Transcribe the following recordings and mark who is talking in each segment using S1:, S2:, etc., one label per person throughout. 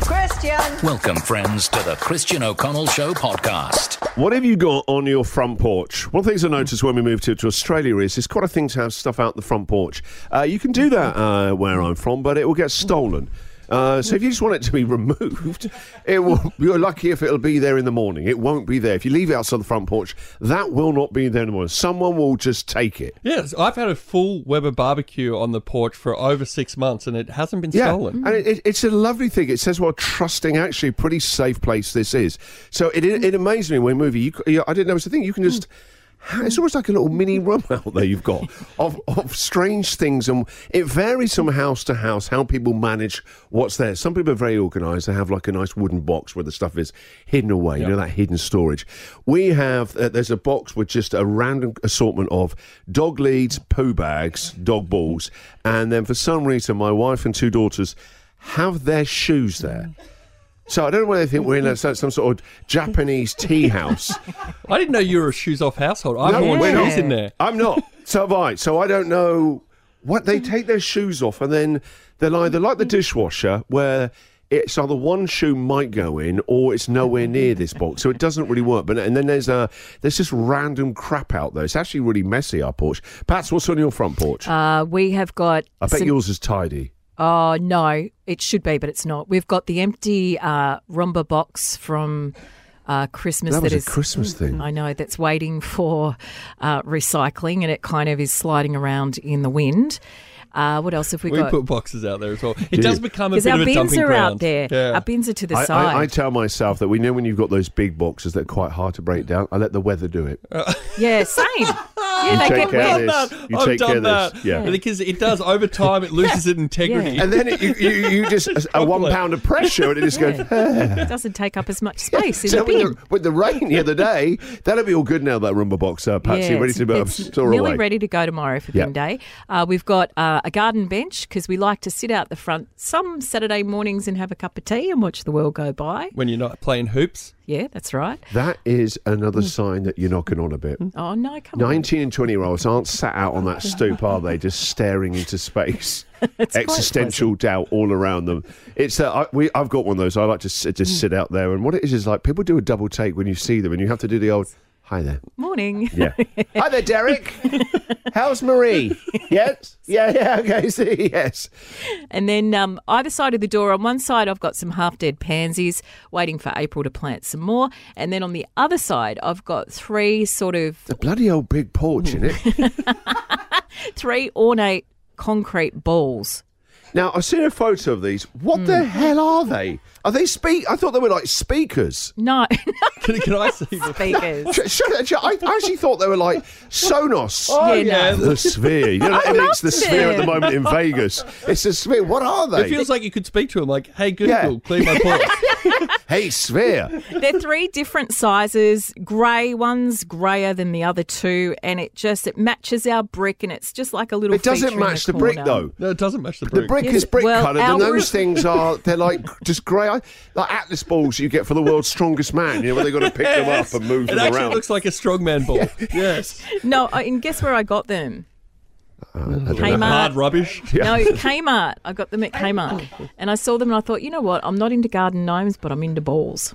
S1: Christian.
S2: Welcome, friends, to the Christian O'Connell Show podcast.
S3: What have you got on your front porch? One of the things I noticed when we moved here to Australia is it's quite a thing to have stuff out the front porch. Uh, you can do that uh, where I'm from, but it will get stolen. Uh, so if you just want it to be removed, it will, you're lucky if it'll be there in the morning. It won't be there. If you leave it outside the front porch, that will not be there in the morning. Someone will just take it.
S4: Yes, I've had a full Weber barbecue on the porch for over six months and it hasn't been stolen.
S3: and it, it, it's a lovely thing. It says what a trusting, actually pretty safe place this is. So it it, it amazed me when movie. You, c- you, I didn't know it was a thing. You can just. It's almost like a little mini room out there you've got of, of strange things, and it varies from house to house how people manage what's there. Some people are very organised; they have like a nice wooden box where the stuff is hidden away. You know that hidden storage. We have uh, there's a box with just a random assortment of dog leads, poo bags, dog balls, and then for some reason my wife and two daughters have their shoes there. So I don't know whether they think we're in a, some some sort of Japanese tea house.
S4: I didn't know you were a shoes off household. I've worn
S3: we're
S4: shoes
S3: not.
S4: in there.
S3: I'm not. So have I. So I don't know what they take their shoes off and then they're either like the dishwasher where it's either one shoe might go in or it's nowhere near this box. So it doesn't really work. But and then there's a there's just random crap out there. It's actually really messy our porch. Pats, what's on your front porch?
S1: Uh, we have got.
S3: I bet
S1: some-
S3: yours is tidy.
S1: Oh, no, it should be, but it's not. We've got the empty uh, rumba box from uh, Christmas
S3: That was
S1: that
S3: a
S1: is-
S3: Christmas thing.
S1: I know that's waiting for uh, recycling and it kind of is sliding around in the wind. Uh, what else have we,
S4: We
S1: got?
S4: put boxes out there as well. It does become a
S1: Because
S4: bit
S1: our
S4: of a
S1: bins
S4: dumping
S1: are
S4: ground.
S1: out there.
S4: Yeah.
S1: Our bins are to the
S3: I,
S1: side.
S3: I, I tell myself that we know when you've got those big boxes that are quite hard to break down. I let the weather do it.
S1: yeah, same. yeah, they
S3: take
S1: get
S3: care of
S1: wet.
S3: this.
S4: I've
S3: You
S4: I've
S3: take
S4: done
S3: care of this.
S4: that.
S3: Yeah.
S4: Because it does over time, it loses its integrity.
S1: Yeah.
S3: And then it, you, you, you just a one pound of pressure, and it just goes.
S1: It doesn't take up as much space in
S3: So
S1: the
S3: with, the,
S1: bin.
S3: with the rain the other day, that'll be all good now. That rumba box, uh, Patsy, ready
S1: it's-
S3: to go.
S1: it's
S3: Store
S1: nearly
S3: away.
S1: ready to go tomorrow for
S3: Yeah.
S1: bin day. Uh, we've got uh, a garden bench because we like to sit out the front some Saturday mornings and have a cup of tea and watch the world go by.
S4: When you're not playing hoops,
S1: Yeah, that's right.
S3: That is
S1: Mm.
S3: another sign that you're knocking on a bit.
S1: Oh no, come on.
S3: Nineteen and twenty year olds aren't sat out on that stoop, are they? Just staring into space,
S1: quite
S3: existential doubt all around them. It's uh, I, we, I've got one of those. I like to sit, just
S1: Mm.
S3: sit out there, and what it is is like people do a double take when you see them, and you have to do the old hi there.
S1: Morning.
S3: Yeah. Hi there, Derek. How's Marie? Yes. Yeah. Yeah. Okay. See. Yes.
S1: And then um, either side of the door, on one side, I've got some half dead pansies waiting for April to plant some more. And then on the other side, I've got three sort of
S3: The bloody old big porch in it.
S1: three ornate concrete balls.
S3: Now I've seen a photo of these. What the hell are they? Are they speak? I thought they were like speakers.
S1: No,
S4: can, can I see? the-
S1: speakers.
S3: Sh- sh- sh- I I actually thought they were like Sonos.
S4: Oh,
S1: Yeah,
S3: The sphere. You know,
S1: I
S3: it makes the
S1: loved
S3: sphere at
S1: it.
S3: the moment in Vegas. It's a sphere. What are
S4: It
S3: they?
S4: feels like you could speak to him like, "Hey Google,
S3: Yeah.
S4: clean my porch."
S3: hey, sphere.
S1: They're three different sizes. Grey one's greyer than the other two, and it just it matches our brick, and it's just like a little.
S3: It doesn't
S1: feature in
S3: match the,
S1: the
S3: brick
S1: corner.
S3: though.
S4: no, it doesn't match the
S3: The
S4: brick.
S3: brick
S1: Yes,
S3: is brick
S1: well,
S3: coloured, and
S1: ours-
S3: those things are, they're like just grey, like Atlas balls you get for the world's strongest man, you know, where they've got to pick them up and move
S4: It
S3: them
S4: actually
S3: around.
S4: looks like a strongman ball. yes.
S1: No, I- and guess where I got them?
S4: Hard
S1: Kmart.
S4: rubbish.
S1: No, Kmart. I got them at Kmart, and I saw them, and I thought, you know what? I'm not into garden gnomes, but I'm into balls.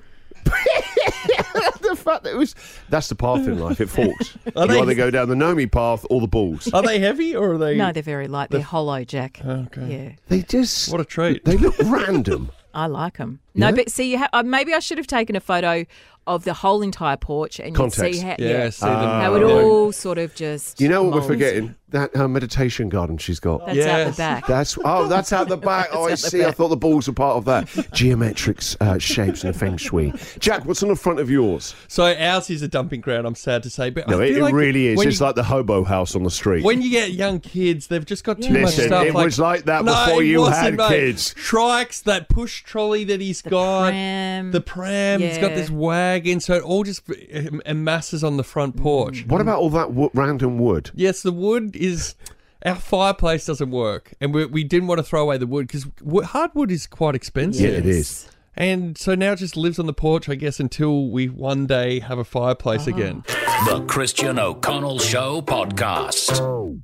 S3: the fact that it was, that's the path in life, it forks. you
S4: they-
S3: either go down the Nomi path or the balls.
S4: Are they heavy or are they?
S1: No, they're very light. They're hollow, Jack. Okay. Yeah,
S3: They just,
S4: What a treat.
S3: they look random.
S1: I like them. No, but see, you ha- uh, maybe I should have taken a photo of the whole entire porch, and you see
S3: Context. Ah.
S1: how,
S4: yeah,
S1: yeah,
S4: see them.
S1: how it all sort of just.
S3: You know what
S1: molds.
S3: we're forgetting? That uh, meditation garden she's
S4: Oh.
S3: got.
S1: That's out
S4: Yes.
S1: the back.
S3: That's oh, that's out the back. Oh, I
S1: out the
S3: see. I
S1: back.
S3: thought the balls were part of that geometric uh, shapes and feng shui. Jack, what's on the front of yours?
S4: So ours is a dumping ground. I'm sad to say, but
S3: No,
S4: I
S3: it,
S4: feel
S3: it
S4: like
S3: really is.
S4: when
S3: It's
S4: you,
S3: like the hobo house on the street.
S4: when you get young kids, they've just got too much
S3: Listen,
S4: stuff.
S3: it was like that before
S4: it
S3: you
S4: wasn't,
S3: had
S4: mate.
S3: kids.
S4: Trikes, that push trolley that he's got,
S1: pram.
S4: the pram. He's got
S1: Yeah.
S4: this wagon, so it all just em- amasses on the
S1: Mm.
S4: front porch.
S3: what about all that wo random wood?
S4: Yes, the wood is. Our fireplace doesn't work, and we, we didn't want to throw away the wood because hardwood is quite expensive.
S3: Yeah, it is.
S4: And so now it just lives on the porch, I guess, until we one
S1: Uh-huh.
S4: day have a fireplace again.
S2: The Christian O'Connell Show podcast.